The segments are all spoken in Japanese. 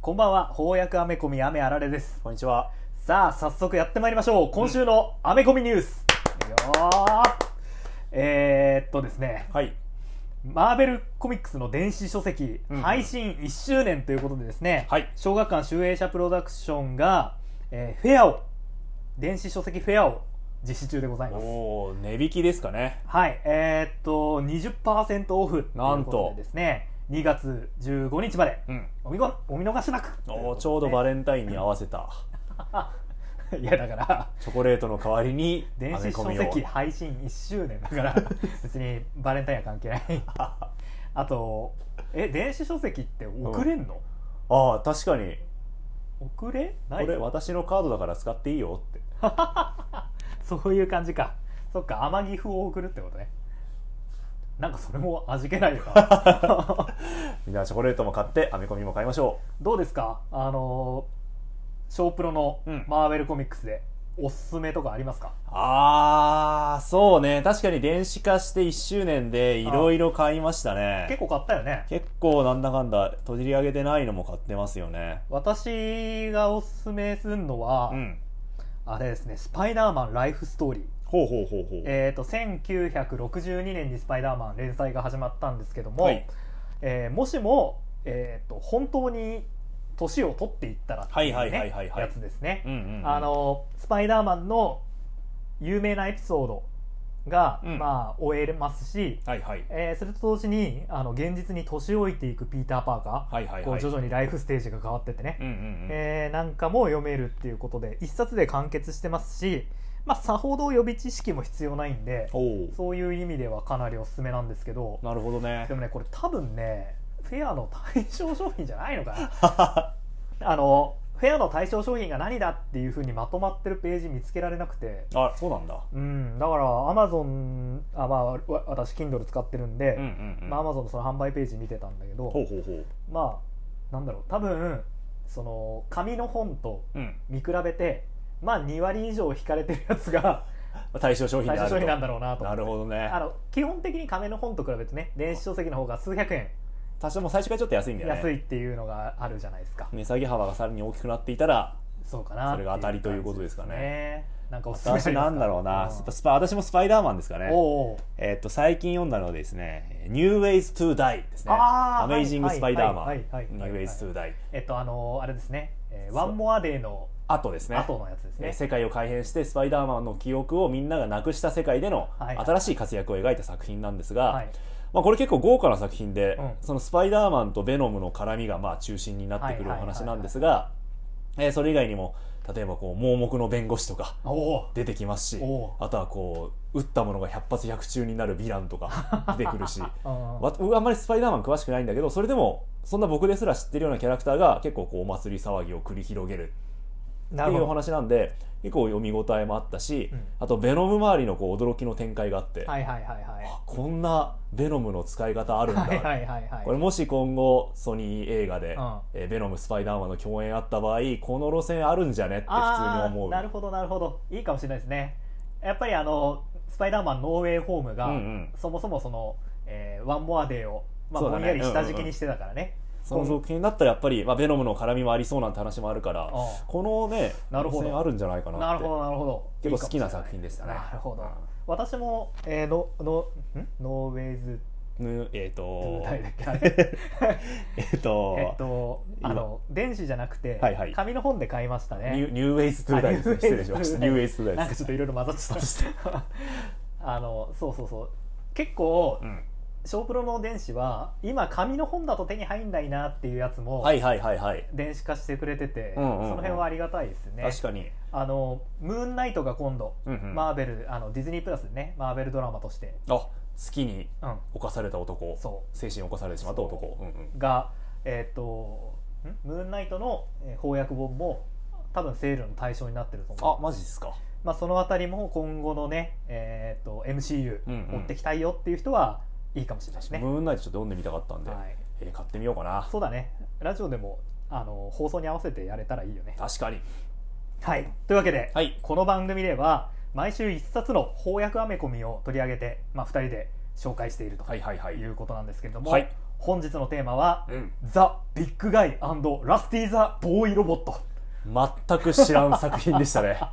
こんばんは、翻訳アメコミ雨あられです。こんにちは。さあ、早速やってまいりましょう。今週のアメコミニュース。よーえー、っとですね、はい。マーベルコミックスの電子書籍、うんうん配信1周年ということでですね、はい小学館集英社プロダクションが、えーフェアを、電子書籍フェアを実施中でございます。おお、値引きですかね。はい、えーっと、20%オフということでですね、2月15日まで、うん。お見ごお見逃しなく おお、ちょうどバレレンタインに合わせた。いやだからチョコレートの代わりに。電アメ子書コミを籍配信1周年だから 別にバレンタインは関係ないあとえ電子書籍って送れんの、ああ、確かに。送れこないれ私のカードだから使っていいよって。そういう感じかそっか天城風を送るってことねなんかそれも味気ないよ なみんなチョコレートも買って、アメコミも買いましょどうですかあのー、ショープロのうんマーベルコミックスでおすすめとかありますか、う。ああ、そうね。確かに電子化して1周年でいろいろ買いましたね結。構買ったよね結構なんだかんだ、閉じり上げてないのも買ってますよね。私がおすすめするのは、うん。あれですね「スパイダーマンライフストーリー」ほうほうほうほう。えー、と1962年に「スパイダーマン」連載が始まったんですけども、はいえーもしも、えー、と本当に年を取っていったらっていうはいはいはいはいねはやいつですね、うんうんうん。あ、のスパイダーマンの有名なエピソードが、うんまあ、終えますし、はいはい。えーそれと同時にあの現実に年老いていくピーター・パーカー、はいはいこはうい。徐々にライフステージが変わってってね、うんうんうん。えーなんかも読めるっていうことで一冊で完結してますし、まあ、さほど予備知識も必要ないんでおお。そういう意味ではかなりおすすめなんですけどなるほどねで。もねこれ多分ねフェアの対象商品じゃないのか なあのフェアの対象商品が何だっていうふうにまとまってるページ見つけられなくてあ、そうなんだ。うんだからアマゾンあまあわ私 Kindle 使ってるんで、んまあ、アマゾンのその販売ページ見てたんだけど、ほうほうほう。まあなんだろう多分その紙の本とうん。見比べてまあ2割以上引かれてるやつが対象商品対で象あると商品なんだろうなとなるほどねあ。の基本的に紙の本と比べてね電子書籍の方が数百円多少も最初からちょっと安いんだよね。安いっていうのがあるじゃないですか値下げ幅がさらに大きくなっていたら、そうかなそれが当たりということですかねっていう感じですねなんかおすすめありますか私なんだろうな。んスパスパ私もスパイダーマンですかね。おうおうえっと、最近読んだのはですね、New Ways to Die ですね。あーアメイジングスパイダーマンはいはいはい。はい New はい Ways to Die。えっとあのあれですね「ワンモアデーのあとですね。後のやつですえーね世界を改変してスパイダーマンの記憶をみんながなくした世界でのはい新しい活躍を描いた作品なんですが、はいまあ、これ結構豪華な作品で、うんそのスパイダーマンとベノムの絡みがまあ中心になってくるおはいはいはいはい話なんですが、えーそれ以外にも例えばこう盲目の弁護士とかおう出てきますし おうあとはこう撃ったものが百発百中になるヴィランとか 出てくるしうんわ僕あんまりスパイダーマン詳しくないんだけどそれでもそんな僕ですら知ってるようなキャラクターが結構こうお祭り騒ぎを繰り広げるっなてるいほうどお話なんで結構読み応えもあったし、うんあとベノム周りのこう驚きの展開があって、はいはいはいはいあこんなベノムの使い方あるんだ、はいはいはいはいこれもし今後ソニー映画で、うんえーベノムスパイダーマンの共演あった場合この路線あるんじゃねって普通にあ思ーうなるほどなるほどいいかもしれないですねやっぱりあのスパイダーマンノーウェイホームが、うんうんそもそもその、えーワンモアデーを、まあそうぼだんねやり下敷きにしてたからねその続編だったらやっぱり、まあ、ベノムの絡みもありそうなんて話もあるから、うんこのねなるほど路線あるんじゃないかなってなるほどなるほど結構好きな作品でしたねいいかもしれないなるほど、うん私も、えー、ののんノーウェイズぬえっ、 と誰だっけ あれえっ、と,、えっと今あの電子じゃなくて、はいはい紙の本で買いましたねニューニューウェイズ・トゥ・ダイですね失礼しましたニューウェイズ・トゥ・ダなイんでかすちょっといろいろ混ざってた あのそうそうそう結構、うん小プロの電子は今紙の本だと手に入んないなっていうやつもはいはいはいはい電子化してくれてて、うんうんうんその辺はありがたいですね確かに、あのムーンナイトが今度、うんうんマーベルあのディズニープラスでねマーベルドラマとして、あ月にうん、侵された男そ精神を侵されてしまった男、うんうんうがえっ、とんムーンナイトのえー翻訳本も多分セールの対象になってると思うあマジですかまあ、そのあたりも今後のね、えー、と MCU うんうん持ってきたいよっていう人はいいかもしれないですね、ムーンナイトちょっと読んでみたかったんで、はい、えー買ってみようかなそうだねラジオでもあの放送に合わせてやれたらいいよね確かにはいというわけで、はいこの番組では毎週1冊の翻訳アメコミを取り上げて、まあ、2人で紹介しているとはいはいはいいうことなんですけれども、はい本日のテーマはうん「ザ・ビッグガイラスティ・ザ・ボーイ・ロボット」全く知らん作品 でしたねあ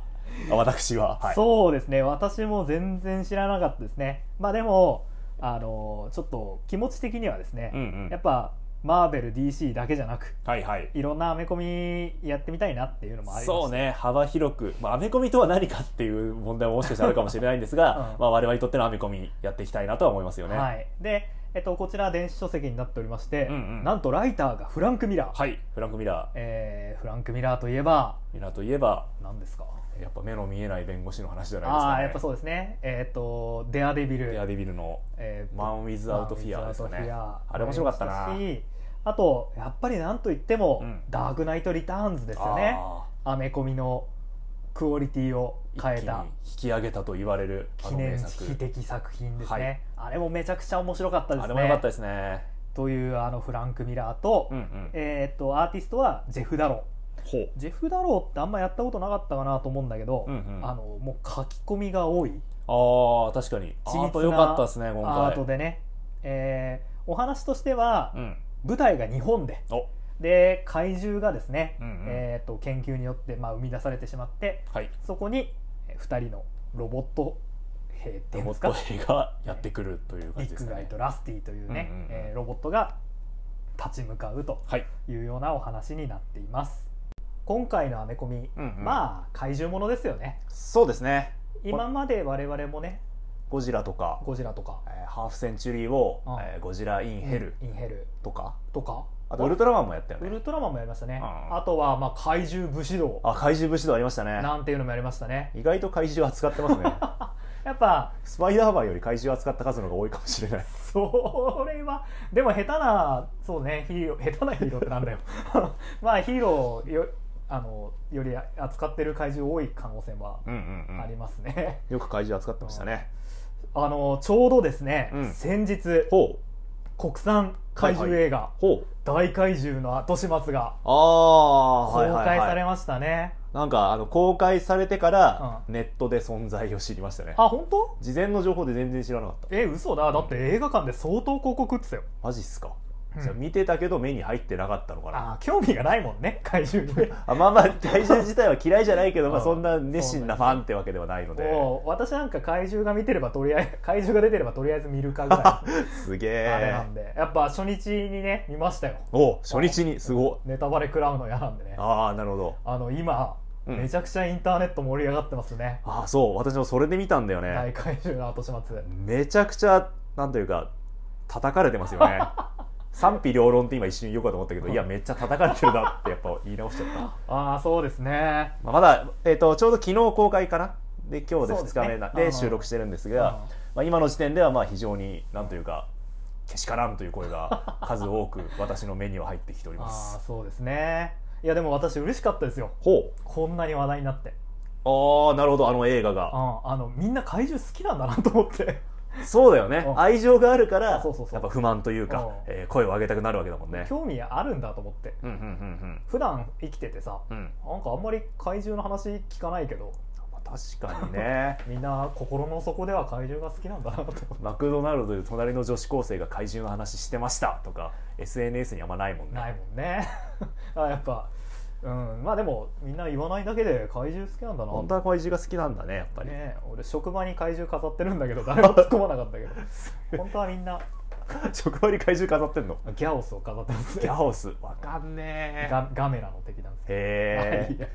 私は、はい、そうですね私も全然知らなかったですねまあでもあのちょっと気持ち的にはですね、うんうんやっぱマーベル DC だけじゃなくはいはいいろんなアメコミやってみたいなっていうのもありますそうね幅広く、まあ、アメコミとは何かっていう問題ももしかしたらあるかもしれないんですが、 うんまあ、我々にとってのアメコミやっていきたいなとは思いますよねはい、はい、で、えっと、こちら電子書籍になっておりまして、うんうんなんとライターがフランク・ミラー、フランク・ミラえーフランク・ミラーといえばーミラーといえば何ですかやっぱ目の見えない弁護士の話じゃないですか、ねあ、あやっぱそうですねえっと「デアデビル」エアデビルのえーマン・ウィズ・アウト・フィアですかマンウィねズアウトフィアあれ面白かったなありまししあとやっぱりなんといっても、うんダークナイト・リターンズですよねあアメコミのクオリティをー変えた一気に引き上げたと言われるあ記の名念作碑的作品ですね、はいあれもめちゃくちゃ面白かったですねあれも良かったですねというあのフランク・ミラーと,、うんうんえーっとアーティストはジェフ・ダロほうージェフ・ダローってあんまやったことなかったかなと思うんだけど、うんうんあのもう書き込みが多いああ確かにア緻密なート良かったですね今アー回トでね、えーお話としては、うん舞台が日本でおで怪獣がですね、うんうんえー、と研究によって、まあ、生み出されてしまってはいそこに2人のロボット兵っていロうんボですッかト兵がやってくるというビ感じッですグかガイねとラスティというね、うんうんうんえーロボットが立ち向かうとはいいうようなお話になっています今回のアメコミ、うんうんまあ怪獣ものですよねそうですね今まで我々もねゴジラとか、ゴジラとかえーハーフセンチュリーを、うんえーゴジラ・イン・ヘルインヘルとかとかあとウルトラマンもやったよウルねトラマンもやりましたね、うんあとはまあ怪獣武士道あ怪獣武士道ありましたねなんていうのもやりましたね意外と怪獣扱ってます ねやっぱスパイダーマンより怪獣扱った数の方が多いかもしれないそれはでも下手なそうねヒーロー下手なヒーローってなんだよ まあヒーローよあのより扱ってる怪獣多い可能性はうんうんうんありますね、よく怪獣扱ってましたねあのちょうどですね、うん先日ほう国産怪獣映画、ほう大怪獣の後始末がああ公開されい、ましたね、なんかあの公開されてから、ネットで存在を知りましたねあ本当事前の情報で全然知らなかったえ嘘だだって映画館で相当広告打ってたよ、マジっすか、うんじゃあ見てたけど目に入ってなかったのかなあー興味がないもんね怪獣に ねあまあまあ怪獣自体は嫌いじゃないけど、まあ、うんそんな熱心なファンってわけではないのでもう私なんか怪獣が見てればとりあえず 怪獣が出てればとりあえず見るかぐら いすげのあれなえんで、やっぱ初日にね見ましたよお初日にすごいネタバレ食らうの嫌なんでねあああなるほどの今、うんめちゃくちゃインターネット盛り上がってますねああそう私もそれで見たんだよね、大怪獣の後始末めちゃくちゃなんというか叩かれてます よね賛否両論って今一瞬言おうかと思ったけどいやめっちゃ叩かれてるなってやっぱ言い直しちゃった、まああそうですねあ、まだ、えー、とちょうど昨日公開かなで今日でそうです2ね日目なうんうでん収録してるんですが、まあ、今の時点ではまあ非常になんというかけしからんという声 が数多く私の目には入ってきておりあまあすーそうですねいやでも私嬉しかったですよほこんなに話題になって、うああなるほどあの映画うがん、あのみんな怪獣好きなんだなと思ってそうだよねうん愛情があるからやそうそうそうっぱ不満といううかん、えー声を上げたくなるわけだもんね興味あるんだと思ってうんうんうん普段生きててさうんうんなんかあんまり怪獣の話聞かないけどまあ確かにね みんな心の底では怪獣が好きなんだなと思ってマクドナルドで隣の女子高生が怪獣の話してましたとか SNS にあんまないもんねないもんね あやっぱうんまあでもみんな言わないだけで怪獣好きなんだな本当は怪獣が好きなんだねやっぱり、ね俺職場に怪獣飾ってるんだけど誰も突っ込まなかったけど本当はみんな 職場に怪獣飾ってんのギャオスを飾ってますギャねオスわかんねえガガメラの敵なんですけへえど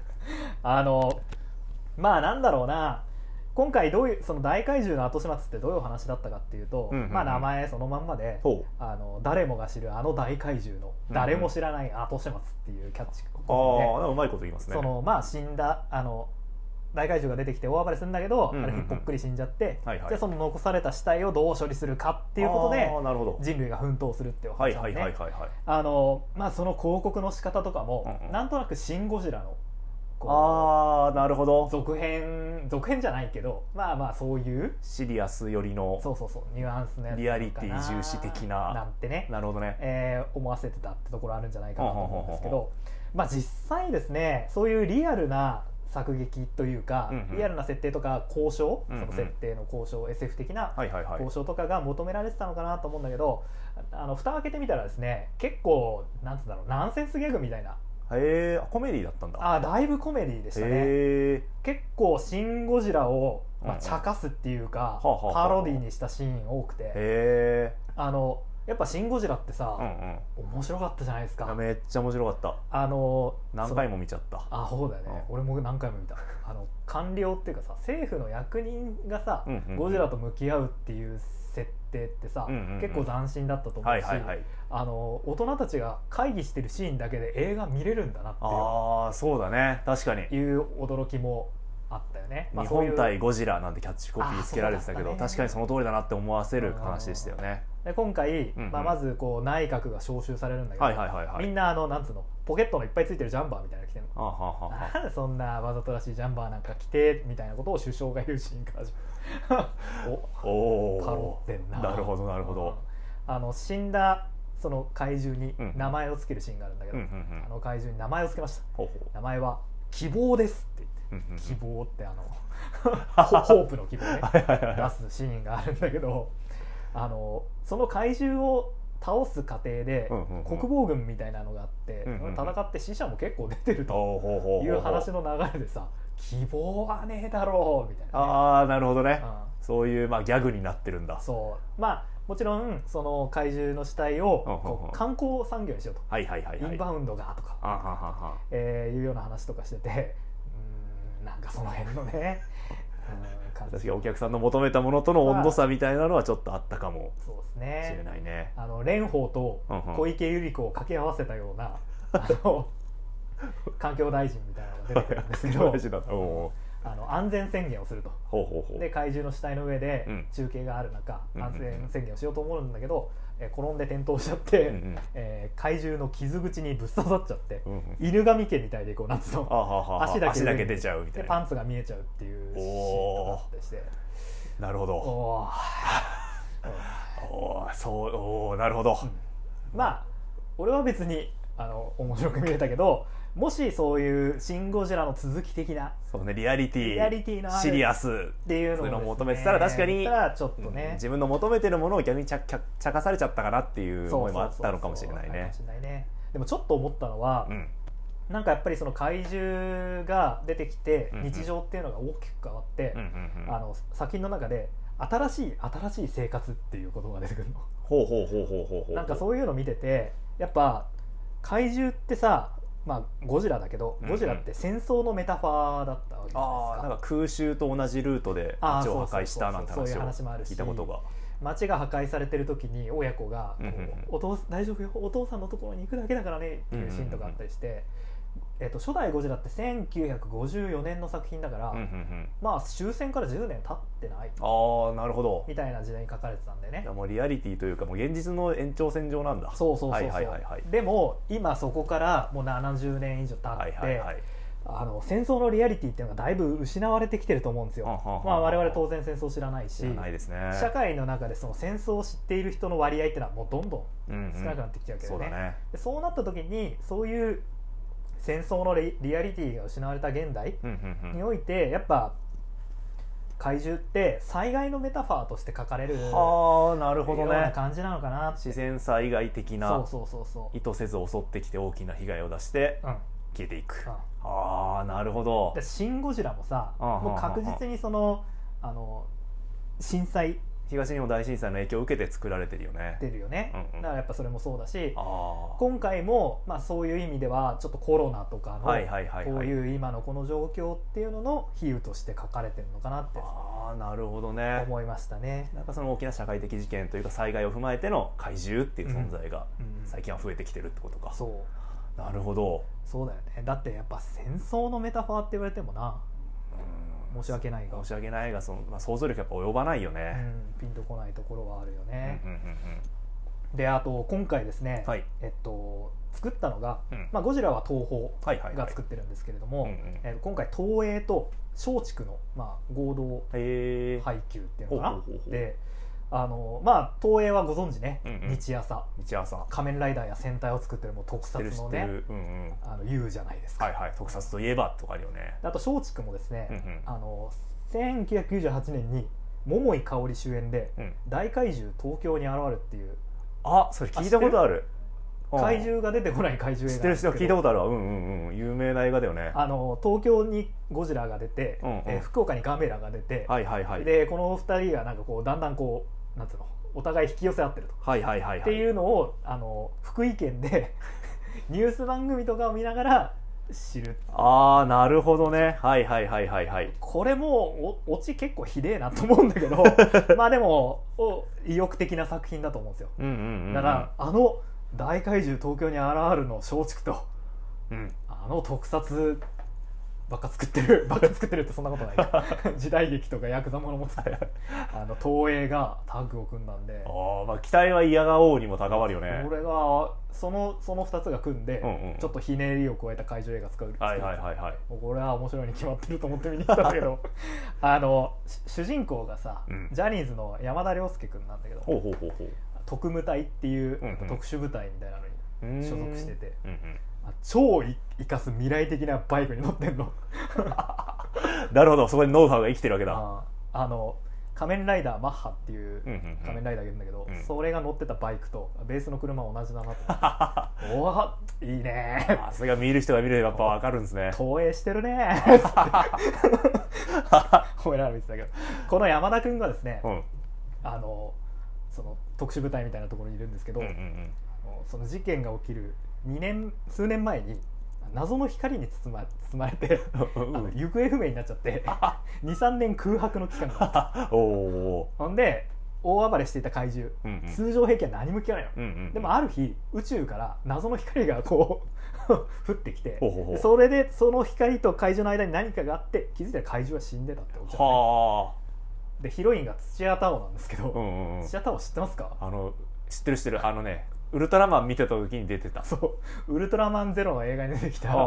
あのまあなんだろうな今回どういうその大怪獣の後始末ってどういうお話だったかっていうと、うんうんうんまあ名前そのまんまでほあの誰もが知るあの大怪獣のうん誰も知らない後始末っていうキャッチうコピーでああなんかうまいこと言いますねそのまあ死んだあの大怪獣が出てきて大暴れするんだけど、うんうんうんある日ぽっくり死んじゃって、はいはいじゃあその残された死体をどう処理するかっていうことであーなるほど人類が奮闘するっていうおは話いなはんいで、はいはいはいあのまあ、その広告の仕方とかも、うんうんなんとなく「シン・ゴジラの」こああなるほうど続編続編じゃないけどまあまあそういうシリアス寄りのそうそうそうニュアンスのやつリアリティ重視的ななんてねなるほどねえー思わせてたってところあるんじゃないかなと思うんですけほうど、まあ、実際ですねそういうリアルな作劇というか、うんうんリアルな設定とか交渉、うんうんその設定の交渉 SF 的なはいはいはい交渉とかが求められてたのかなと思うんだけど、ああの蓋を開けてみたらですね結構なんつうんだろうナンセンスギャグみたいなへえあコメディだったんだあーだいぶコメディでしたねへえ結構「シン・ゴジラを」まうんうあ、ん茶化すっていうか、はあはあはあパロディにしたシーン多くてへえあのやっぱ「シン・ゴジラ」ってうさ、ん面白かったじゃないですうんかめっちゃ面白かったあの何回もも見ちゃったあそうだよね、俺も何回も見たあの官僚っていうかさ政府の役人がさ、うんうんうんゴジラと向き合うっていう設定ってさ、うんうんうん結構斬新だったと思うし、はいはいはいあの大人たちが会議してるシーンだけで映画見れるんだなっああそうだね確かにていう驚きもあったよね。まあ日そうい本う対ゴジラなんてキャッチコピあーーつけられてたけどそうだったね確かにその通りだなって思わせる話でしたよねで今回、うんうんまあ、まずこう内閣が招集されるんだけど、はいはいはいはいみんなあのなんつうのポケットのいっぱいついてるジャンバーみたいなの着てるの。あはあはあはあなんでそんなわざとらしいジャンバーなんか着てみたいなことを首相が言うシーンから始まるお おかろってんななるほどなるほど、あの死んだその怪獣にうん名前を付けるシーンがあるんだけうど、んうんうんあの怪獣に名前を付けましたほうほう名前は「希望です」って言ってうんうんうん希望って あのホホープの希望ねはいはいはい出すシーンがあるんだけどあのその怪獣を倒す過程でうんうんうん国防軍みたいなのがあってうんうんうん戦って死者も結構出てるとほうほうほうほいう話うの流れでさ希望はねえだろうみたいなね、ああなるほどねうんそういうまあギャグになってるんだそうまあもちろんその怪獣の死体をうんうんうんこう観光産業にしようと、はいはいはいはいインバウンドがとか、あはははえーいうような話とかしててうーんなんかその辺のねうん感確じかにお客さんの求めたものとの温度差みたいなのはちょっとあったかもそうですしれねないねあの蓮舫とうんうん 小池百合子を掛け合わせたような、あの環境大臣みたいなのが出てくるんですけ ど大事だなおあの安全宣言をするとーほうほうほうで怪獣の死体の上でうん中継がある中、うんうんうん安全宣言をしようと思うんだけど、えー転んで転倒しちゃって、うんうんえー怪獣の傷口にぶっ刺さっちゃって、うんうん犬神家みたいでこうなんつうのあははは足だけ足だけ出ちゃうみたでいパなンツが見えちゃうっていうシーンがあったりしてなるほどお おーおーそうおーなるほど、うんまあ俺は別にあの面白く見れたけどもしそういう「シン・ゴジラ」の続き的なっそうねリアリティリアリティのあるシリアスていうのをそういうのですねを求めてたら確かに見たらちょっとうんね、自分の求めてるものを逆にちゃちゃちゃかされちゃったかなっていう思いもあったのかもしれないねそうそうそうそうあるかもしれないねでもちょっと思ったのは、うんなんかやっぱりその怪獣が出てきてうんうん日常っていうのが大きく変わって、うんうんうんあの作品の中で新しい新しい生活っていう言葉が出てくるのほうほうほうほうほうほうなんかそういうの見ててやっぱ怪獣ってさまあゴジラだけどうんうんゴジラって戦争のメタファーだったわけじゃああなないんですかか空襲と同じルートであー街を破壊したなんてそうそうそうそう話いう話をもあるし聞いたことが街が破壊されてる時に親子がこううんうんうんお父大丈夫よお父さんのところに行くだけだからね」っていうシーンとかあったりしてえっと初代ゴジラって1954年の作品だからうんうんうんまあ終戦から10年経ってないああなるほどみたいな時代に書かれてたんでねいやもうリアリティというかもう現実の延長線上なんだそうそうそうそう、はいはいはいはいでも今そこからもう70年以上経はいって、はいはいあの戦争のリアリティっていうのがだいぶ失われてきてると思うんですよ、はんはんはんはんまあ、我々当然戦争知らないし知らないですね社会の中でその戦争を知っている人の割合っていうのはもうどんどうんうんん少なくなってきちゃうけそどうね,、だねでそうなった時にそういう戦争のリリアリティが失われた現代うんうんうんにおいてやっぱ怪獣って災害のメタファーとして書かれるよはあなるほうどなね感じなのかなって自然災害的そうなそうそうそ意図せず襲ってきて大きな被害を出してう、うん、消えていくうんああなるほどでシン・ゴジラ」もさうんうんうんうんもう確実にそのあの震災東日本大震災の影響を受けて作られてるよね出るよね、うんうんだからやっぱそれもそうだしああ今回も、まあ、そういう意味ではちょっとコロナとかの、はいはいはいこはういいう今のこの状況っていうのの比喩として書かれてるのかなってああなるほどね思いましたね。なんかその大きな社会的事件というか災害を踏まえての怪獣っていう存在がうん最近は増えてきてるってことか、そうなるほどそうだよねだってやっぱ戦争のメタファーって言われてもな申し訳ないが、う申し訳ないがその、まあ、想像力やっぱ及ばないよね、ん、ピンとこないところはあるようん、ねう。んうんであと今回ですうね、んはい、えっと、作ったのが、うんまあ、ゴジラは東宝はいはいがはい作ってるんですけれどうも、んうんえー今回東映と松竹の、まあ、合同へえ配給っていうのかな、ほうほうほうほうであのまあ東映はご存知ね、うんうん日朝道朝仮面ライダーや戦隊を作ってるもう特知って撮る知のってねる、うんうん、あの U じゃないですか、はいはい特撮といえばとかあるよねあと松竹もですね、うんうんあの1998年に桃井かおり主演でうん「大怪獣東京に現れる」っていうあそれ聞いたことあるうん怪獣が出てこない怪獣知映画っなてんるで知すってけどる聞いたことあるわうんうんうん有名な映画だよねあの東京にゴジラが出て、うんうんえー福岡にガメラが出て、はいはいはいでこの2人がなんかこうだんだんこうなんつうのお互い引き寄せ合ってると、はいはいはいはいっていうのをあの福井県で ニュース番組とかを見ながら知るああなるほどねはいはいはいはいはいこれもおオチ結構ひでえなと思うんだ けどまあでもお意欲的な作品だと思うんですようんうんうんうんだから、あの大怪獣東京に現るの松竹とうんあの特撮ばっか作ってる ばっか作ってるってそんなことない か時代劇とかヤクザものも作ってるあの東映がタッグを組んだんでああまあ期待は嫌がおうにも高まるよね俺がそのその2つが組んで、うんうんちょっとひねりを超えた怪獣映画作る作るはいはいはいはいもうこれは面白いに決まってると思って見に行ったんだけ どあのし主人公がさ、うんジャニーズの山田涼介君なんだけどほうほうほうほう特務隊っていううんうん特殊部隊みたいなのにうーん所属しててうんうんあ超い生かす未来的なバイクに乗ってんのなるほどそこにノウハウが生きてるわけだあーあの仮面ライダーマッハっていううんうんうん仮面ライダーがいるんだけど、うんそれが乗ってたバイクとベースの車は同じだな と思っておおいいねーあそれが見る人が見るやっぱ分かるんで すね投影してる ねー褒められてたけどこの山田君がですね、うんあのその特殊部隊みたいなところにいるんですけど、うんうんうんあのその事件が起きる2年数年前に謎の光に包ま包まれて、あの行方不明になっちゃって 23年空白の期間があったおおほんで大暴れしていた怪獣ーうん通常兵器は何も聞かないの、うんうんうんでもある日宇宙から謎の光がこう 降ってきてほうほうほうそれでその光と怪獣の間に何かがあって気づいたら怪獣は死んでたってことじゃないはでヒロインが土屋太鳳なんですけど、あうんうんうん土屋太鳳知ってますか あの知ってる知ってるあのねウルトラマン見てた時に出てたそう「ウルトラマンゼロの映画に出てきたあああ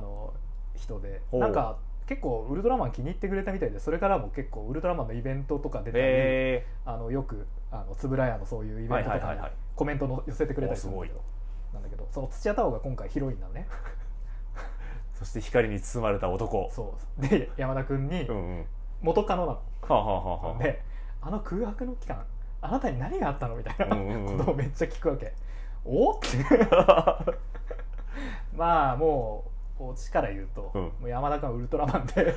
の人でほうなんか結構ウルトラマン気に入ってくれたみたいでそれからも結構ウルトラマンのイベントとか出たり、へあのよくあの円谷のそういうイえベはンいトはといはかいにはいコメントの寄せてくれたりするんだけおどなんだけどその土屋太鳳が今回ヒロインなのねそして光に包まれた男そうで山田君にうんうん元カノなはあはあはあの、はであの空白の期間あなたに何があったのみたいなあうんうんうこんとをめっちゃ聞くわけ、おってまあもうオチから言うと、うんもう山田君はウルトラマンで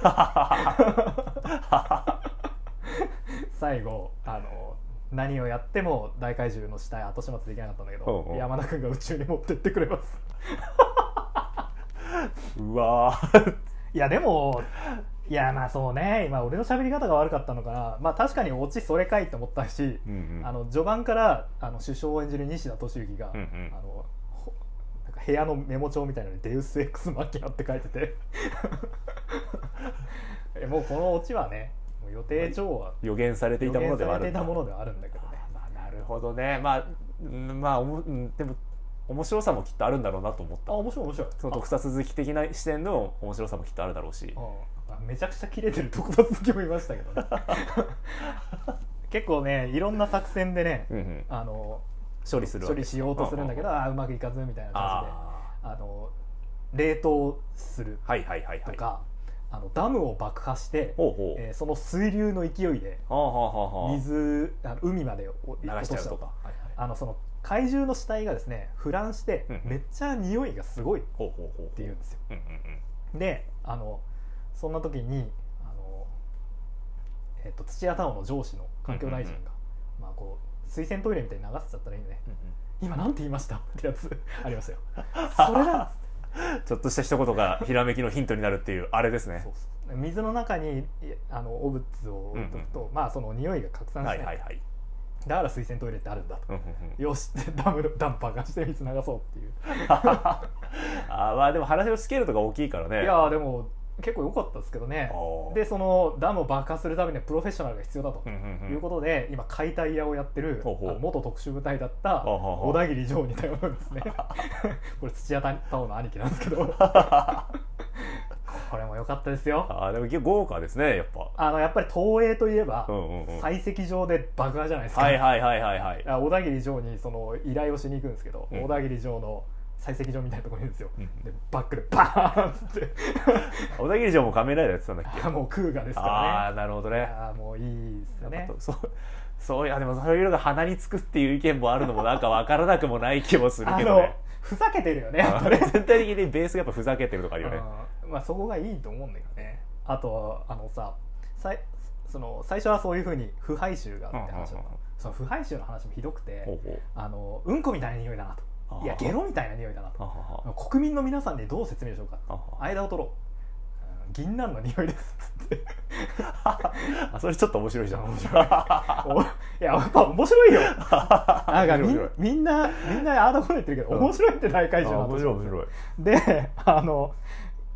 最後あの何をやっても大怪獣の死体後始末できなかったんだけど、うんうん山田君が宇宙に持ってってくれますうわーいやでもいやまあそうね今俺の喋り方が悪かったのかなまあ確かにオチそれかいって思ったし、うんうんあの序盤からあの首相を演じる西田敏行が、うんうんあのほなんか部屋のメモ帳みたいなのに「デウス・エクス・マキナ」って書いてて えもうこのオチはねもう予定調は予言されてい予たも言のでさはあれているんだたものではあるんだけどねまあなるほどねまあうんまあおもうんでも面白さもきっとあるんだろうなと思っあた面白い面白いその特撮好き的な視点の面白さもきっとあるだろうしあうんめちゃくちゃ切れてる特撮好きもいましたけど ね結構ねいろんな作戦でねうんうんあの処理するわ処け理しようとするんだけどあーうまくいかずみたいな感じでああの冷凍するあはいはいはいはといか、あのダムを爆破して、ほうほう、えーその水流の勢いではあはあはあはあ水あの海までお流しちゃうとかはいはいあのその怪獣の死体がですね腐乱してうんめっちゃ匂いがすごいっほうほうほうっていうんですようんうんであのそんな時にあの、えっと土屋太鳳の上司の環境大臣が、うんうんまあ、こう水洗トイレみたいに流せちゃったらいいよね今なんて言いましたってやつありま したよそれだうんちょっとした一言がひらめきのヒントになるっていうあれですねそうそう水の中にいあの汚物を置いとくと、まあその匂いが拡散しな、はいいはいはいだから水洗トイレってあるんだとうんうんうんよ しってダムのダンパーがして水流そうっていうあーまあでも話のスケールとか大きいからねいやーでも結構良かったですけどねあーでそのダムを爆破するためにはプロフェッショナルが必要だとうんうんうんいうことで、今解体屋をやってるほうほうあの元特殊部隊だったほうほうほう小田切城に 頼むんですねこれ土屋太鳳の兄貴なんですけどここれも良かったですよあーでも豪華ですねやっぱあのやっぱり東映といえば、うんうんうんはい採石場で爆破じゃないですか、はいはいはいはいあ小田切城にその依頼をしに行くんですけど、うん小田切城の採石場みたいなところにいるんですよ、うんうんでバックでバーンっつって小田切城も仮面ライダーやってたんだっけいやもう空がですあかあーなるほどらねねああーもういいですよやっねぱそう そういやでもそういうのが鼻につくっていう意見もあるのもなんかわからなくもない気もするあけどのねふざけてるよねやっぱね 全体的にベースがやっぱふざけてるとかあるよねうんまあそこがいいと思うんだけどねあとあのささいその最初はそういうふうに腐敗臭があって話だったのうんうんうんその腐敗臭の話もひどくてほうほうあのうんこみたいな匂いだなあとーいやゲロみたいな匂いだなあとはは国民の皆さんにどう説明しようかあはは間を取ろううん銀杏の匂いですっつってあそれちょっと面白いじゃん面 白いおいややっぱ面白いよなんかみん面白いみんなみんなああだこうだ言ってるけどうん面白いって大会場あ面白い面白いであの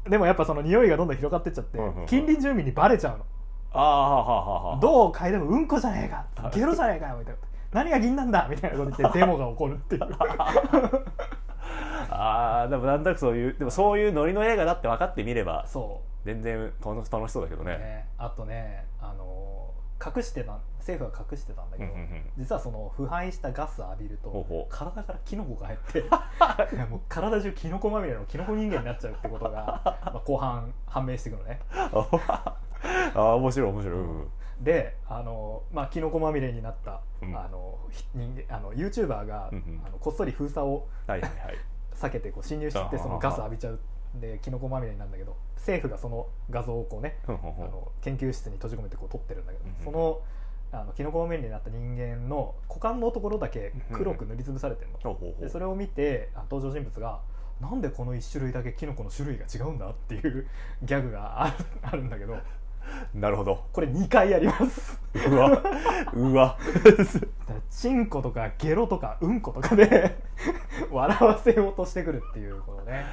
でもやっぱその匂いがどんどん広がってっちゃって、うんうんうん近隣住民にバレちゃうのああははははどう嗅いでもうんこじゃねえかはいゲロじゃねえかよみたいな何が銀なんだみたいなこと言 ってデモが起こるっていうあーでもなんとなくそういうでもそういうノリの映画だって分かってみればそ全然楽楽しそうだけどう、ねね、あとねあの隠してた政府は隠してたんだうけんうど、んうん実はその腐敗したガス浴びるほとうほう 体からキノコが入っていやもう体中キノコまみれのキノコ人間になっちゃうってこと が、まあ、後半判明してくのねああ面白い面白い、うんうんであの、まあ、キノコまみれになった、うんあのひ人間あの YouTuber が、うんうんあのこっそり封鎖をはいはいはい避けてこう侵入してってあはそのははガス浴びちゃうでキノコまみれになるんだけど政府がその画像をこうね、うんうんうんあの研究室に閉じ込めてこう撮ってるんだけど、うんうんそのあのキノコまみれになった人間の股間のところだけ黒く塗りつぶされてるの、ほうほうほでうそれを見てあ登場人物が「なんでこの1種類だけキノコの種類が違うんだ?」っていう ギャグがあるあるんだけどなるほどこれ2回やりますうわうわだからチンコとかゲロとかうんことかで 笑わせようとしてくるっていうこのね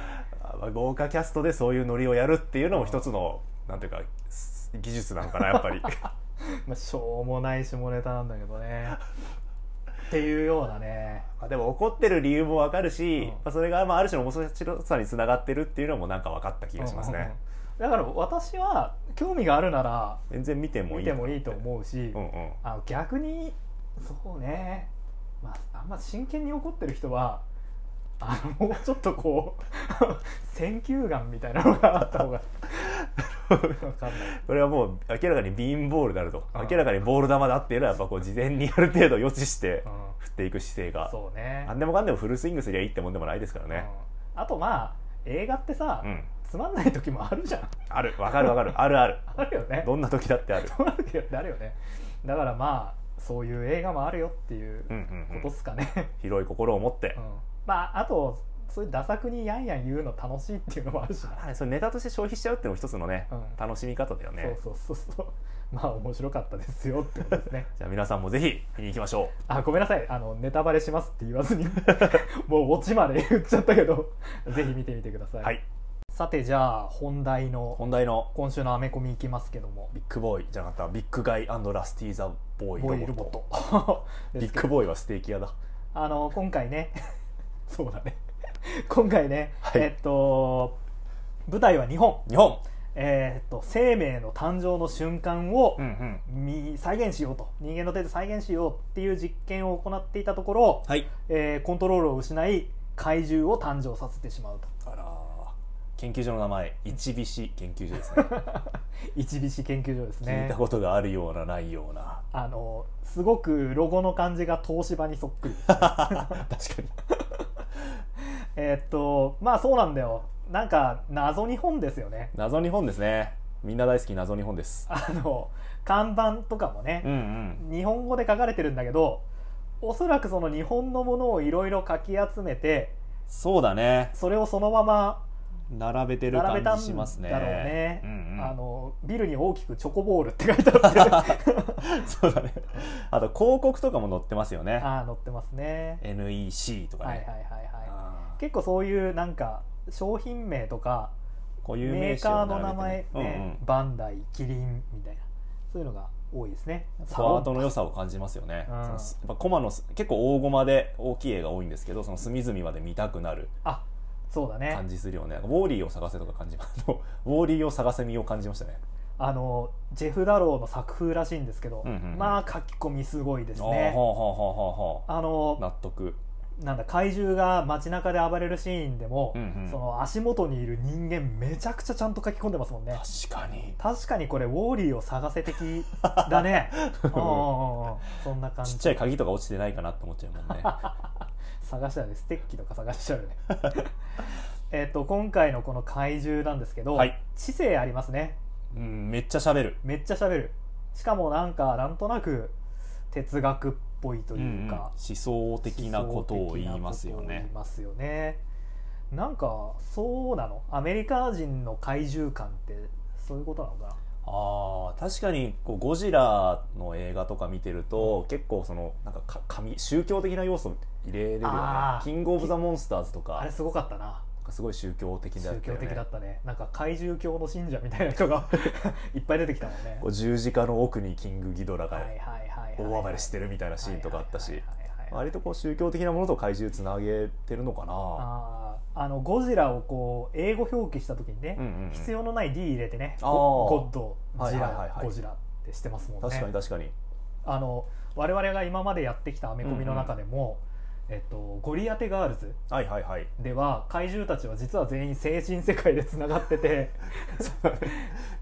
あまあ豪華キャストでそういうノリをやるっていうのも一つのなんていうかす技術なのかなやっ ぱりまあ、しょうもない下ネタなんだけどね。っていうようなね。まあでも怒ってる理由もわかるうんし、まあ、それがまあある種の面白さにつながってるっていうのもなんか分かった気がしまうすんうんね、うんだから私は興味があるなら全然見ても見いいてもいいと思うし、うんうんあの逆にそうね、まあ、あんま真剣に怒ってる人はあのもうちょっとこう 選球眼みたいなのがあった方がわかんないこれはもう明らかにビーンボールであるとうん明らかにボール球だっていうのはやっぱこう事前にある程度予知してうん振っていく姿勢がそうね何でもかんでもフルスイングすりゃいいってもんでもないですからねうんあとまあ映画ってさ、うんつまんない時もあるじゃんあるわかるわかるあるあるあるよねどんな時だってあるそうなるけ どあるよねだからまあそういう映画もあるよっていううんこうんうとっんすかね、広い心を持ってうんまああとそういうダサくにやんやん言うの楽しいっていうのもあるしな、はいそれネタとして消費しちゃうっていうのも一つのねうん楽しみ方だよねそうそうそう そうまあ面白かったですよってことですね じゃあ皆さんもぜひ見に行きましょあごめんなさいあのネタバレしますって言わずに もうオチまで言っちゃったけど ぜひ見てみてくださうい、はいさてじゃあ本題の本題の今週のアメコミいきますけどもビッグボーイじゃなかったビッグガイラスティー・ザ・ボボーイイロロボボッットト でビすけッどグボーイはステーキ屋だあの今回ね そうだね今回ね、はいえっと舞台は日本、日本えっと生命の誕生の瞬間をうんうん見再現しようと人間の手で再現しようっていう実験を行っていたところ、はいえーコントロールを失い怪獣を誕生させてしまうとあらー研究所の名前一菱研究所ですね一菱研究所です聞い ねたことがあるようなないよ うなあのすごくロゴの感じが東芝にそっ くりです確かにえっとまあそうなんだよなんか謎日本ですよね謎日本ですねみんな大好き謎日本ですあの看板とかもね、うんうん日本語で書かれてるんだけどおそらくその日本のものをいろいろ書き集めてそうだねそれをそのまま、並べてる並べた感んじしますねだろうねうんうんあのビルに大きく「チョコボール」って書いてあって そうだねあと広告とかも載ってますよねあー載ってますね NEC とかね、はいはいはいはいあー結構そういうなんか商品名とか固有メ名ー詞をカー並のべて名前、ねうんうん、バンダイキリンみたいなそういうのが多いですねパワートの良さを感じますよね、うんそのやっぱコマの結構大駒で大きい絵が多いんですけどその隅々まで見たくなるあそうだね感じするよねウォーリーを探せとか感じますウォーリーを探せみを感じましたねあのジェフ・ダローの作風らしいんですけど、うんうんうんまあ書き込みすごいですあーねほうほうほうほうほあうの納得なんだ怪獣が街中で暴れるシーンでも、うんうんその足元にいる人間めちゃくちゃちゃんと書き込んでますもんね確かに確かにこれウォーリーを探せ的だね うんうんうんうんそんな感ちっじちゃい鍵とか落ちてないかなって思っちゃうも んね探したらねステッキとか探しちゃうよね えっと今回のこの怪獣なんですけど、はい知性ありますねうんめっちゃ喋るめっちゃ喋るしかもなんかなんとなく哲学っぽいといううんうんか思、想的なことを言いますよ思想的なことを言いねますよねなんかそうなのアメリカ人の怪獣感ってそういうことなのかなあー確かにこうゴジラの映画とか見てると結構そのなんかか神宗教的な要素入れれるよねあーキングオブザモンスターズとかあれすごかったななんかすごい宗教的だっ宗た教よね的だったねなんか怪獣教の信者みたいな人が いっぱい出てきたもんねこう十字架の奥にキングギドラはがいはいはいはい大暴れしてるみたいなシーンとかあったはしいはいはいはいはい割とこう宗教的なものと怪獣つなげてるのかなあーあのゴジラをこう英語表記した時にね、うんうんうん必要のない D 入れてねあーゴッドはいジラ、はいはいはいゴジラってしてますもんね確かに確かにあの我々が今までやってきたアメコミの中でも、えっと、ゴリアテガールズはいはいはいでは怪獣たちは実は全員精神世界でつながってて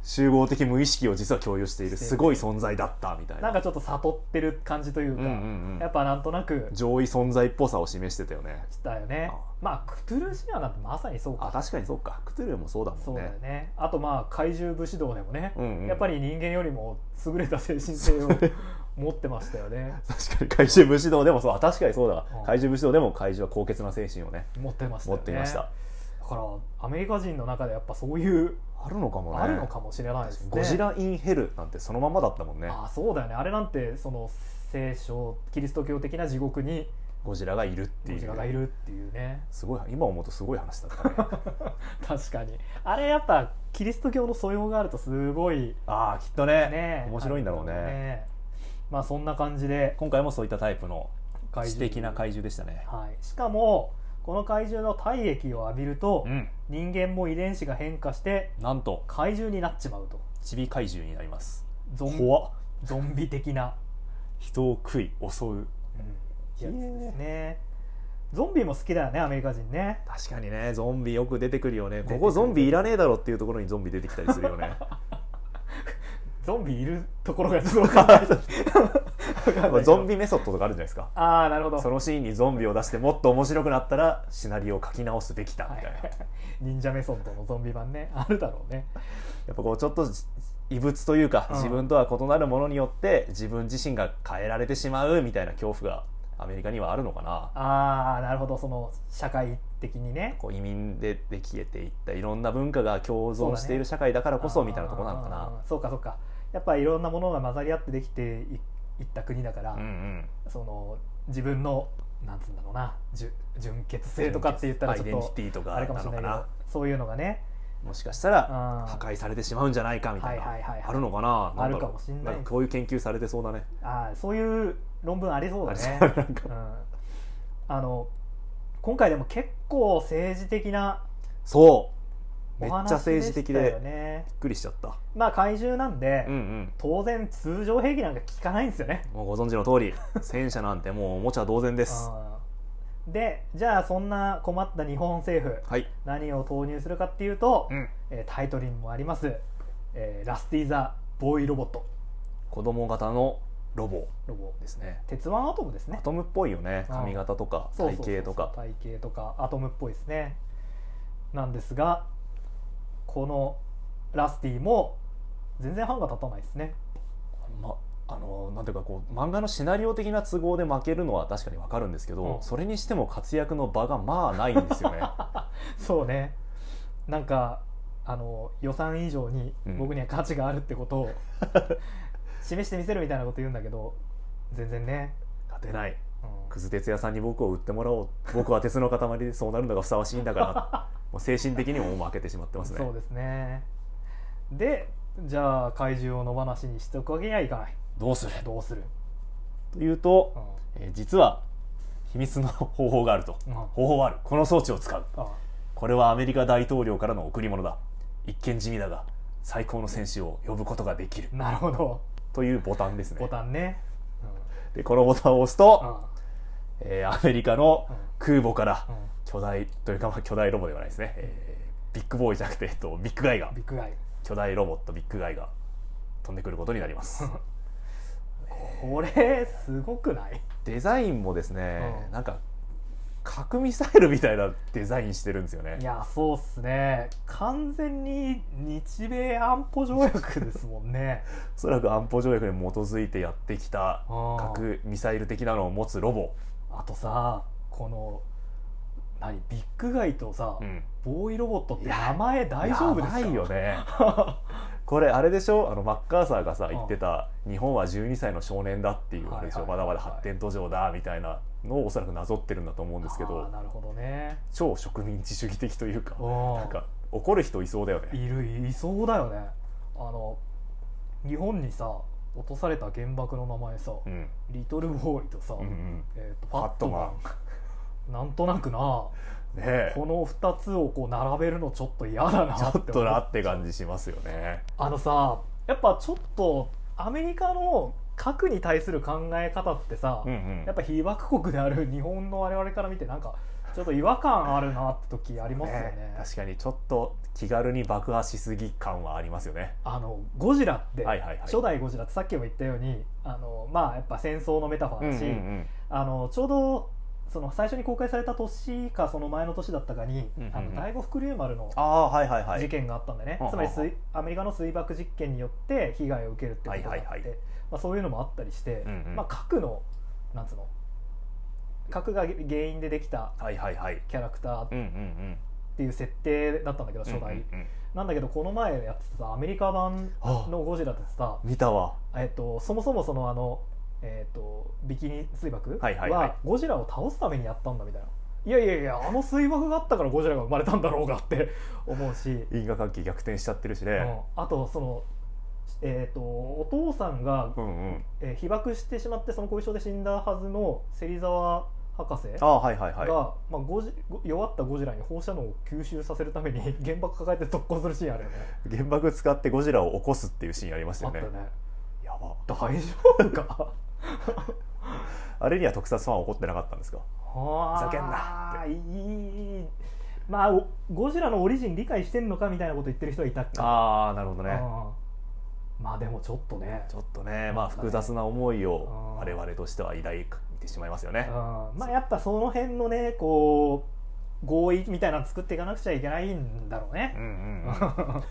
集合的無意識を実は共有しているすごい存在だったみたいななんかちょっと悟ってる感じといううか、んうんうやんっぱなんとなく上位存在っぽさを示してたよねしたよねああまあクトゥルーシアなんてまさにそうあか確かにそうかクトゥルーもそうだそもうんだよねねあとまあ怪獣武士道でもね、うんうんやっぱり人間よりも優れた精神性を持ってましたよね確かに怪獣武士道でもそうあ確かにそうだわうん怪獣武士道でも怪獣は高潔な精神をね持ってました持よねっていましただからアメリカ人の中でやっぱそういうあるのかもねあるのかもしれないですねゴジラ・イン・ヘルなんてそのままだったもんねああそうだよねあれなんてその聖書キリスト教的な地獄にゴジラがいるっていゴうジラがいるっていうねすごい今思うとすごい話だ ったね確かにあれやっぱキリスト教の素養があるとすごいああきっとねね面白いんだろうねあるまあそんな感じで今回もそういったタイプの怪知獣的な怪獣でしたねはい、しかもこの怪獣の体液を浴びるとうん人間も遺伝子が変化してなんと怪獣になっちまうとチビ怪獣になりますゾン怖っゾンビ的な、人を食い襲ううんやつですねゾンビも好きだよねアメリカ人ね確かにねゾンビよく出てくるよてねくこるこゾンビいらねえだろっていうところにゾンビ出てきたりするよ ねゾンビいるところがちょっと分 かんない分かんないけど ゾンビメソッドとかあるじゃないですかああなるほどそのシーンにゾンビを出してもっと面白くなったらシナリオを書き直すべきだみたいな、はい 忍者メソッドのゾンビ版ねあるだろうねやっぱこうちょっとじ異物というか、うん自分とは異なるものによって自分自身が変えられてしまうみたいな恐怖がアメリカにはあるのかなああなるほどその社会的にねこう移民でできていったいろんな文化が共存している社会だからこそみたいなところなのかあなーそうかそうかやっぱいろんなものが混ざり合ってできていいった国だから、うんうんその自分のなんつうんだろうなじゅ純血性とかって言ったらちょっアイデンティとティとかあなれかのもかしれなないけどそういうのがねもしかしたら破破壊されてしまうんじゃないかみたいな、はいはいはいはいあるのかななんだろうあるかもしんないんかこういう研究されてそうだねあーそういう論文ありそうだねありそうなんかうん、あの今回でも結構政治的なそうめっおちゃ話政治的したでよねびっくりしちゃったまあ怪獣なんで、うんうん当然通常兵器なんか効かないんですよねもうご存知の通り戦車なんてもうおもちゃ同然ですうんでじゃあそんな困った日本政府はい、何を投入するかっていうと、うん、えータイトルにもあります、えーラスティザ・ボーイロボット子供型のロボロボですね鉄腕アトムですアねトムっぽいよねうん髪型とかそうそう体そう型とか体型とかアトムっぽいですねなんですがこのラスティも全然歯が立たないです ねまあのなんていうかこう漫画のシナリオ的な都合で負けるのは確かにわかるんですけど、うんそれにしても活躍の場がまあないんです よねそうねなんかあの予算以上にうん僕には価値があるってこと を示してみせるみたいなこと言うんだけど全然ね、勝てないうんクズ哲也さんに僕を売ってもらおう僕は鉄の塊でそうなるのがふさわしいんだから もう精神的にももう負けてしまってますねそうですねでじゃあ怪獣を野放しにしておくわけにはいかないどうするどうする、というとう、んえー実は秘密の方法があるとうんあ方法はあるこの装置を使うこれはアメリカ大統領からの贈り物だ一見地味だが最高の選手を呼ぶことができるなるほどというボタンですねボタンね、でこのボタンを押すうんと、うんえーアメリカのうん空母からう巨大というか、まあ、巨大ロボではないですね、えービッグボーイじゃなくて、えっと、ビッグガイがん、ビッグガイ巨大ロボットビッグガイが飛んでくることになりますこれすごくない デザインもですね、うんなんか核ミサイルみたいなデザインしてるんですよねいやそうっすね完全に日米安保条約ですもん ねおそらく安保条約に基づいてやってきたうん核ミサイル的なのを持つロボ、あとさこの何ビッグガイとさ、うんボーイロボットって名前大丈夫ですかやばいよ ねこれあれでしょあのマッカーサーがさ言ってた日本は12歳の少年だっていうあれでしょはいはまいはだいはまいだ発展途上だみたいなのをおそらくなぞってるんだと思うんですけあどーなるほどね超植民地主義的というかうんなんか怒る人いそうだよねいるいそうだよねあの日本にさ落とされた原爆の名前さ、うんリトルボーイとさ、うんうんえーとファットマ ンなんとなくなこねえの2つをこう並べるのちょっと嫌だなちってょ思っとなって感じしますよねあのさやっぱちょっとアメリカの核に対する考え方ってさ、うんうんやっぱ被爆国である日本の我々から見てなんかちょっと違和感あるなって時ありますよねね確かにちょっと気軽に爆破しすぎ感はありますよねあのゴジラって、はいはいはい初代ゴジラってさっきも言ったようにあのまあやっぱ戦争のメタファーだし、うんうんあのちょうどその最初に公開された年かその前の年だったかに、うんうんうんあの第五福竜丸のああはいはいはい事件があったんでね、はあはあつまり水アメリカの水爆実験によって被害を受けるってことがあって、はいはいはいまあ、そういうのもあったりして、うんうんまあ、核のなんつうの核が原因でできたはいはいはいキャラクターっうんうんうんていう設定だったんだけど初代、うんうんうんなんだけどこの前やってたさアメリカ版あのゴジラってさ、見たわえっと、そもそもそのあの、えっと、ビキニ水爆はいはいはいはゴジラを倒すためにやったんだみたいな。いやいやいやあの水爆があったからゴジラが生まれたんだろうがって 思うし、因果関係逆転しちゃってるしうねん、あとその、えっとお父さんがう、んうんえー被爆してしまってその後遺症で死んだはずの芹沢博士あが、あはいはいはいまあ、ゴジゴ弱ったゴジラに放射能を吸収させるために 原爆抱えて特攻するシーンあるよね原爆使ってゴジラを起こすっていうシーンありましたあっよたねよねやば大丈夫かあれには特撮ファンは怒ってなかったんですかふざけんなっていいまあおゴジラのオリジン理解してんのかみたいなこと言ってる人はいたかああなるほどねうんまあでもちょっとねちょっとねまあ複雑な思いをうん我々としては抱いてしまいますよねうんまあやっぱその辺のねこう合意みたいなの作っていかなくちゃいけないんだろううね、んうんうんあ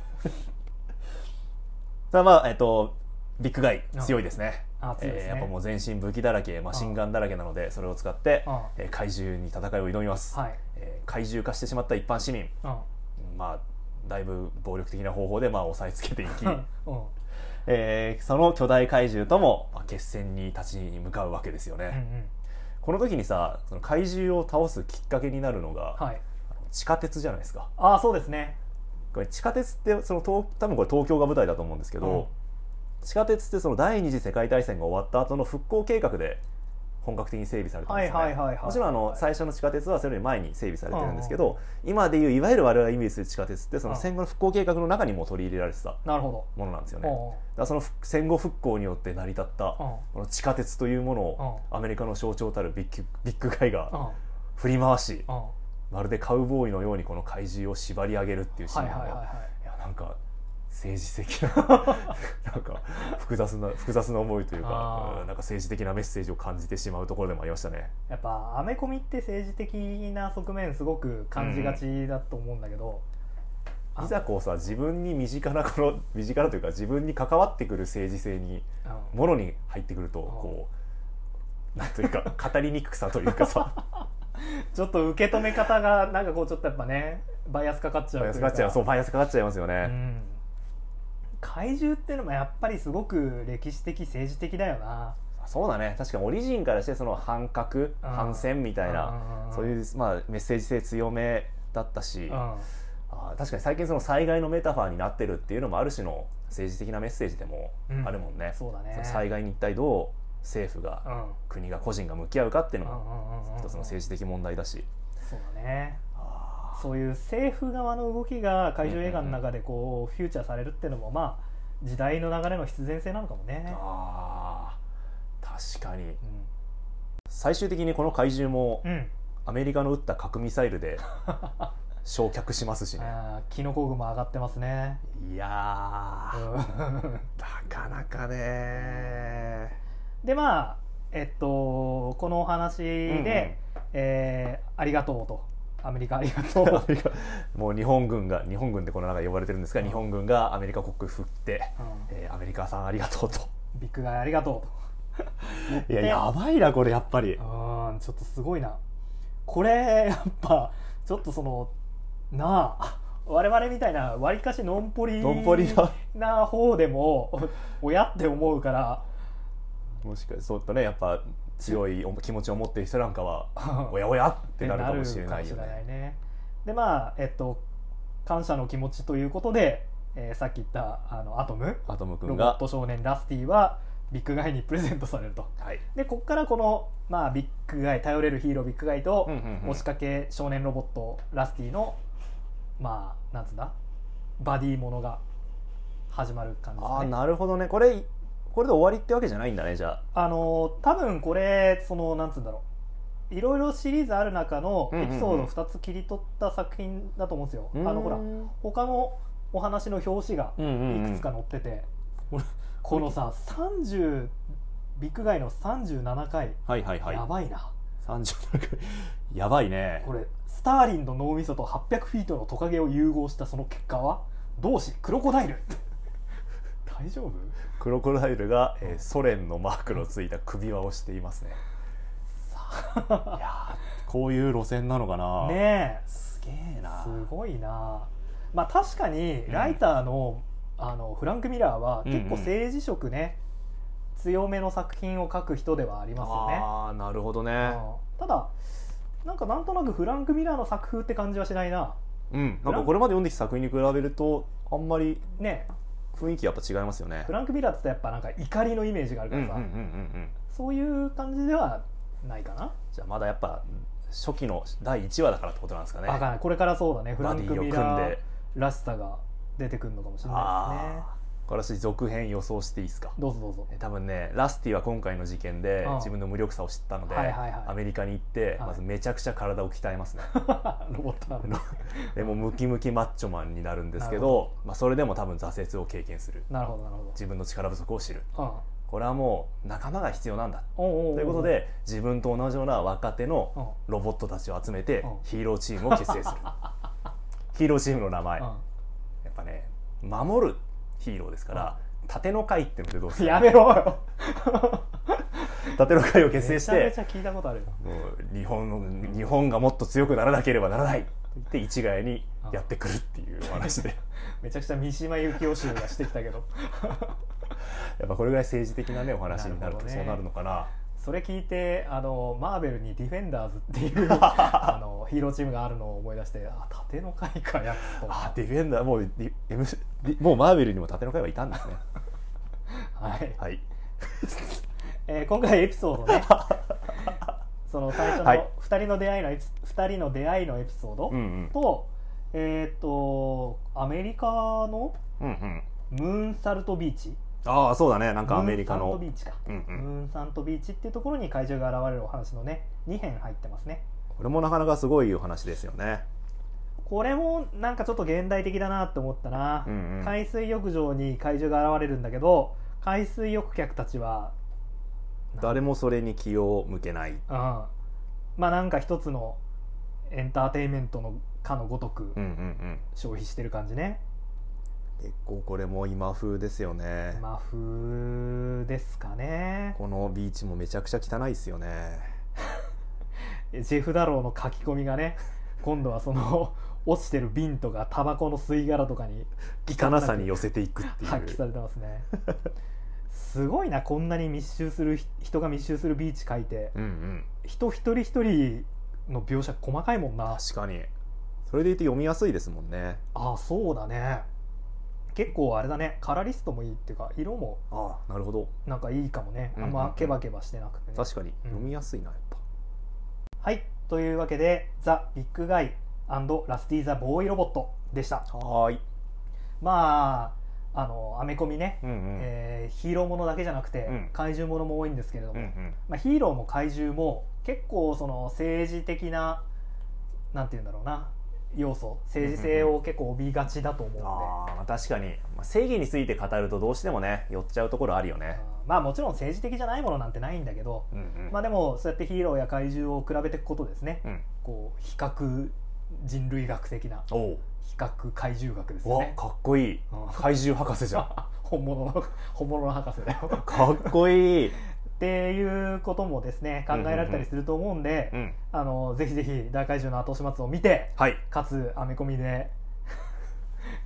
さあまあえっとビッグガイ強いですね 熱いですえーね、やっぱもう全身武器だらけマシンガンだらけなのでそれを使ってうんえー怪獣に戦いを挑みます、はい、えー怪獣化してしまった一般市民うんまあだいぶ暴力的な方法でまあ押さえつけていき、うんえーその巨大怪獣とも、まあ、決戦に立ち向かうわけですよね、うんうんこの時にさその怪獣を倒すきっかけになるのが、はい地下鉄じゃないですかああそうですねこれ地下鉄ってその東多分これ東京が舞台だと思うんですけど、地下鉄ってその第二次世界大戦が終わった後の復興計画で本格的に整備されてますよね、はいはいはいはいもちろんあの最初の地下鉄はそれより前に整備されてるんですけど、今でいういわゆる我々がイメージする地下鉄ってその戦後の復興計画の中にも取り入れられてたなるほものなんですよど、ね、だからその復戦後復興によって成り立ったうんうんこの地下鉄というものをアメリカの象徴たるビッグビッグガイがうん振り回しうんまるでカウボーイのようにこの怪獣を縛り上げるっていうシーはいはいンはが、いいはいやなんか政治的な なんか複雑な複雑な思いというあかーうんなんか政治的なメッセージを感じてしまうところでもありましたね。やっぱアメコミって政治的な側面すごく感じがちだと思うんだけど、あいざこうさ自分に身近なこの身近なというか自分に関わってくる政治性にうんもろに入ってくるとこうなんというか語りにくさというかさ ちょっと受け止め方がなんかこうちょっとやっぱねバイアスかかっちゃうバイアスかかっちゃうそうバイアスかかっちゃいますようね。ん怪獣ってのもやっぱりすごく歴史的政治的だよなそうだね確かにオリジンからしてその反核うん反戦みたいなそうういう、まあ、メッセージ性強めだったしん、うんあー確かに最近その災害のメタファーになってるっていうのもある種の政治的なメッセージでもうんあるもんね、そうだねその災害に一体どう政府うが、ん国が個人が向き合うかっていううのもんうんうんうん一つの政治的問題だし、そうだねあそういう政府側の動きが怪獣映画の中でこうフューチャーされるっていうのもまあ時代の流れの必然性なのかもね。あー確かにう最終的にこの怪獣もん、うんアメリカの撃った核ミサイ ルで焼却しますしねあーキノコ雲上がってますね。いやうーんなかなかねでまあえっとこのお話で、うんうんえーありがとうとアメリカありがとうア メリカもう日本軍が日本軍ってこの中で呼ばれてるんですが、うん日本軍がアメリカ国振って、うんえーアメリカさんありがとうとビッグガイありがと いやでやばいなこれやっぱりうとうんちょっとすごいなこれやっぱちょっとそのなあ我々みたいなわりかしのんぽりのんぽりなな方でもお親って思うからもしかしてそうとねやっぱ強いお気持ちを持っている人なんかはおやおやってなるかもしれないよってるかもしれなねいねでまあえっと感謝の気持ちということで、えーさっき言ったあのアトムアトムロ君ボッがト少年ラスティはビッグガイにプレゼントされるとはい、でこっからこの、まあ、ビッグガイ頼れるヒーロービッグガイと、押しかかけ少年ロボットラスティのまあなんつうんだバディものが始まる感じですああねなるほどねこれこれで終わりってわけじゃないんだねじゃああの多分これそのなんつうんだろういろいろシリーズある中のうんうんエうんピソードを2つ切り取った作品だと思うんですよ、あのほらうん他のお話の表紙がうんうんいくつか載ってて、うんこのさ30ビッグガイの37回、はいはいはいやばいな37回 やばいねこれスターリンの脳みそと800フィートのトカゲを融合したその結果は同志クロコダイル 大丈夫クロコダイルが、えーソ連のマークのついた首輪をしていますねいやーこういう路線なのかなねえすげえなすごいなまあ確かにライターの,、あのフランク・ミラーは結構政治色ね、強めの作品を書く人ではありますよねああなるほどねうんただなんかなんとなくフランク・ミラーの作風って感じはしないなうんなんかこれまで読んできた作品に比べるとあんまりね雰囲気やっぱ違いますよねフランク・ミラーって言ったらやっぱなんか怒りのイメージがあるうかんうらんうんさ、うんうんそういう感じではないかなじゃあまだやっぱ初期の第1話だからってことなんですかねわかんないこれからそうだねフラバンデク・ィを組ミんラーでらしさが出てくるのかもしれないですねああーこれ私続編予想していいですかどうぞどうぞえ多分ねラスティは今回の事件でうん自分の無力さを知ったので、はいはいはいアメリカに行っはて、いまずめちゃくちゃ体を鍛えますね ロボットなのにでもうムキムキマッチョマンになるんですなけるどほまあ、それでも多分挫折を経験するなるほどなるほど自分の力不足を知るうんこれはもう仲間が必要なんだおうおうおうということで自分と同じような若手うんのロボットたちを集めてうんヒーローチームを結成 するヒーローチームの名前やっぱね守るヒーローですから盾の会ってのってどうですうんかやめろ よ盾の会を結成しめてちゃめちゃ聞いたことあるよもう日本の日本がもっと強くならなければならないって言って一概にやってくるっていうお話で めちゃくちゃ三島由紀夫集がしてきたけどやっぱこれぐらい政治的なねお話にななるるほとどねそうなるのかな それ聞いてあのマーベルにディフェンダーズって いうあのヒーローチームがあるのを思い出してあ盾の会かや つとあディフェンダーもうディ M ディもうマーベルにも盾の会はいたんですねはいはいえー今回エピソード ねその最初はいの2人の出会いのエピ二人の出会いのエピソードうんうんと、えーっとアメリカのうんうんムーンサルトビーチああそうだねなんかアメリカムーンサルトのビーチか、うんうんムーンサルトビーチっていうところに怪獣が現れるお話のね2編入ってますねこれもなかなかすごいお話ですよねこれもなんかちょっと現代的だなって思ったな、うんうん海水浴場に怪獣が現れるんだけど海水浴客たちは誰もそれに気を向けないうん、まあなんか一つのエンターテインメントのかのごとくうんうんうん消費してる感じね、結構これも今風ですよねまあ風ですかねこのビーチもめちゃくちゃ汚いですよねジェフ・ダローの書き込みがね今度はその落ちてる瓶とかタバコの吸い殻とかに汚さに寄せていくっ ていう発揮されてますねすごいなこんなに密集する人が密集するビーチ書いてうんうん人一人一人の描写細かいもんな確かにそれでいて読みやすいですもんねああそうだね結構あれだねカラーリストもいいっていうか色もああなるほどなんかいいかもねあんうんうんうまんケバケバしてなくてね、確かにうん読みやすいなやっぱ、はいというわけで「ザ・ビッグガイ」ラスティー・ザ・ボーイ・ロボット」でしたはーい。まああのアメコミね、うんうん。えーヒーローものだけじゃなくて、うん怪獣ものも多いんですけれどうも、んうん。まあ、ヒーローも怪獣も結構その政治的ななんて言うんだろうな要素政治性を結構帯びがちだと思うので、あーまあ確かに、まあ、正義について語るとどうしてもね寄っちゃうところあるよね、うんまあもちろん政治的じゃないものなんてないんだけど、うんうんまあ、でもそうやってヒーローや怪獣を比べていくことですねうん、こう比較人類学的なおう比較怪獣学ですうよわね。かっこいいうん 怪獣博士じゃん本物の本物の博士だよかっこいい、っていうこともですね考えられたりすると思うんで、うん、あのぜひぜひ大怪獣の後始末を見てはいかつアメコミ で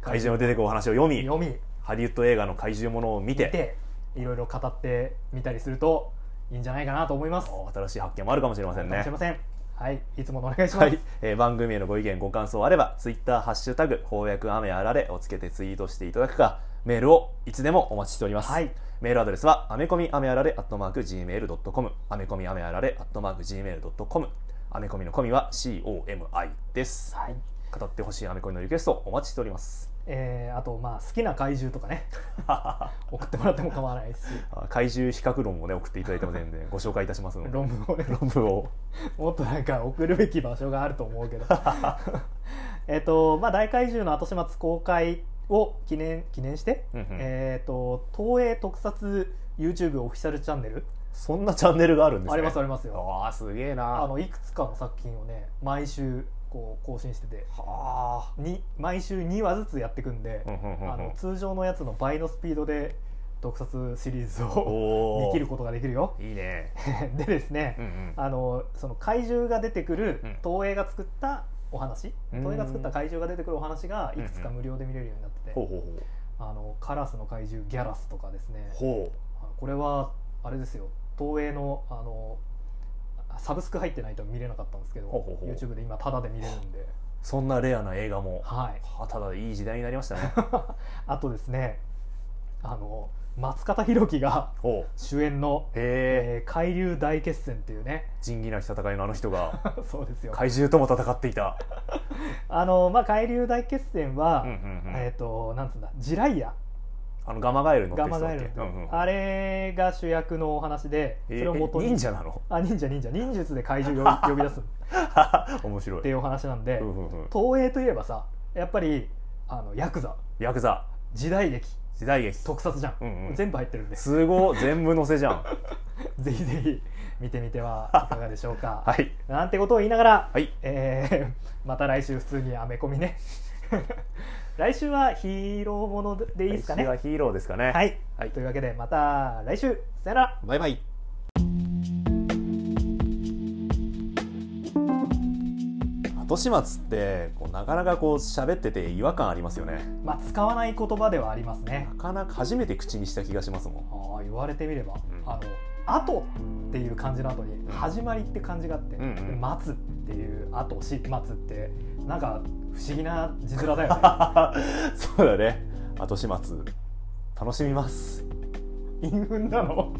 怪獣の出てくるお話を読み読みハリウッド映画の怪獣ものを見てでいろいろ語ってみたりするといいんじゃないかなと思います。お新しい発見もあるかもしれませんかもねしれません。はい、いつものお願いします。はい、えー番組へのご意見ご感想あればツイッターハッシュタグ翻訳雨あられをつけてツイートしていただくかメールをいつでもお待ちしております、はいメールアドレスは、アメコミアメアラレアットマーク Gmail.com、アメコミアメアラレアットマーク Gmail.com、アメコミのコミは COMI です。はい語ってほしいアメコミのリクエストお待ちしております。えーあとまあ好きな怪獣とか ね送ってもらっても構わないですしあ怪獣比較論もね、送っていただいても全然ご紹介いたしますので、論文をね論文を。もっとなんか送るべき場所があると思うけど えっとまあ大怪獣の後始末公開を記念記念して、うんうんえっと東映特撮 YouTube オフィシャルチャンネル、そんなチャンネルがあるんですね。ありますありますよわあ、すげえな。あのいくつかの作品をね毎週こう更新しててはあ。に毎週2話ずつやっていくんで、うんうんうんうんあの通常のやつの倍のスピードで特撮シリーズをおでーきることができる よいいね。でですね、うんうんあのその怪獣が出てくるうん東映が作ったお話、うん東映が作った怪獣が出てくるお話がいくつかうんうん無料で見れるようになってて、ほうほうほう。あのカラスの怪獣ギャラスとかですねほあのこれはあれですよ東映のあのサブスク入ってないと見れなかったんですけどほうほうほう YouTube で今タダで見れるんで、う。そんなレアな映画も。はい、はあただいい時代になりました ね。あとですねあの松方弘樹が ほう。主演のへ「え。えー海流大決戦」っていうね 仁義なき戦いのあの人がそうですよ怪獣とも戦っていた、あの、まあ、海流大決戦は、えっ、えとなんつうんだジライアあのガマガエルのガマガエルの、あれが主役のお話でそれを元に忍者なの あ忍者忍者忍術で怪獣を呼び呼び出すっ面白いていうお話なん で、うんうんうん東映といえばさやっぱりあのヤクザヤクザ時代劇時代劇特撮じゃん、うんうん全部入ってるんです すごい全部載せじゃんぜひぜひ見てみて はいかがでしょうか、はいなんてことを言いながら、はいえー また来週普通にアメコミね 来週はヒーローものでいいですかね私はヒーローですかね、はい、はいというわけでまた来週さよならバイバイ後始末ってこうなかなかこう喋ってて違和感ありますよねまあ使わない言葉ではありますねなかなか初めて口にした気がしますもん ああ言われてみれば、んあの「後」っていう漢字の後に「始まり」って漢字があって「うんうんで待つ」っていう「後」「し」「待つ」ってなんか不思議な字面 だよね そうだね後始末楽しみます陰雲なの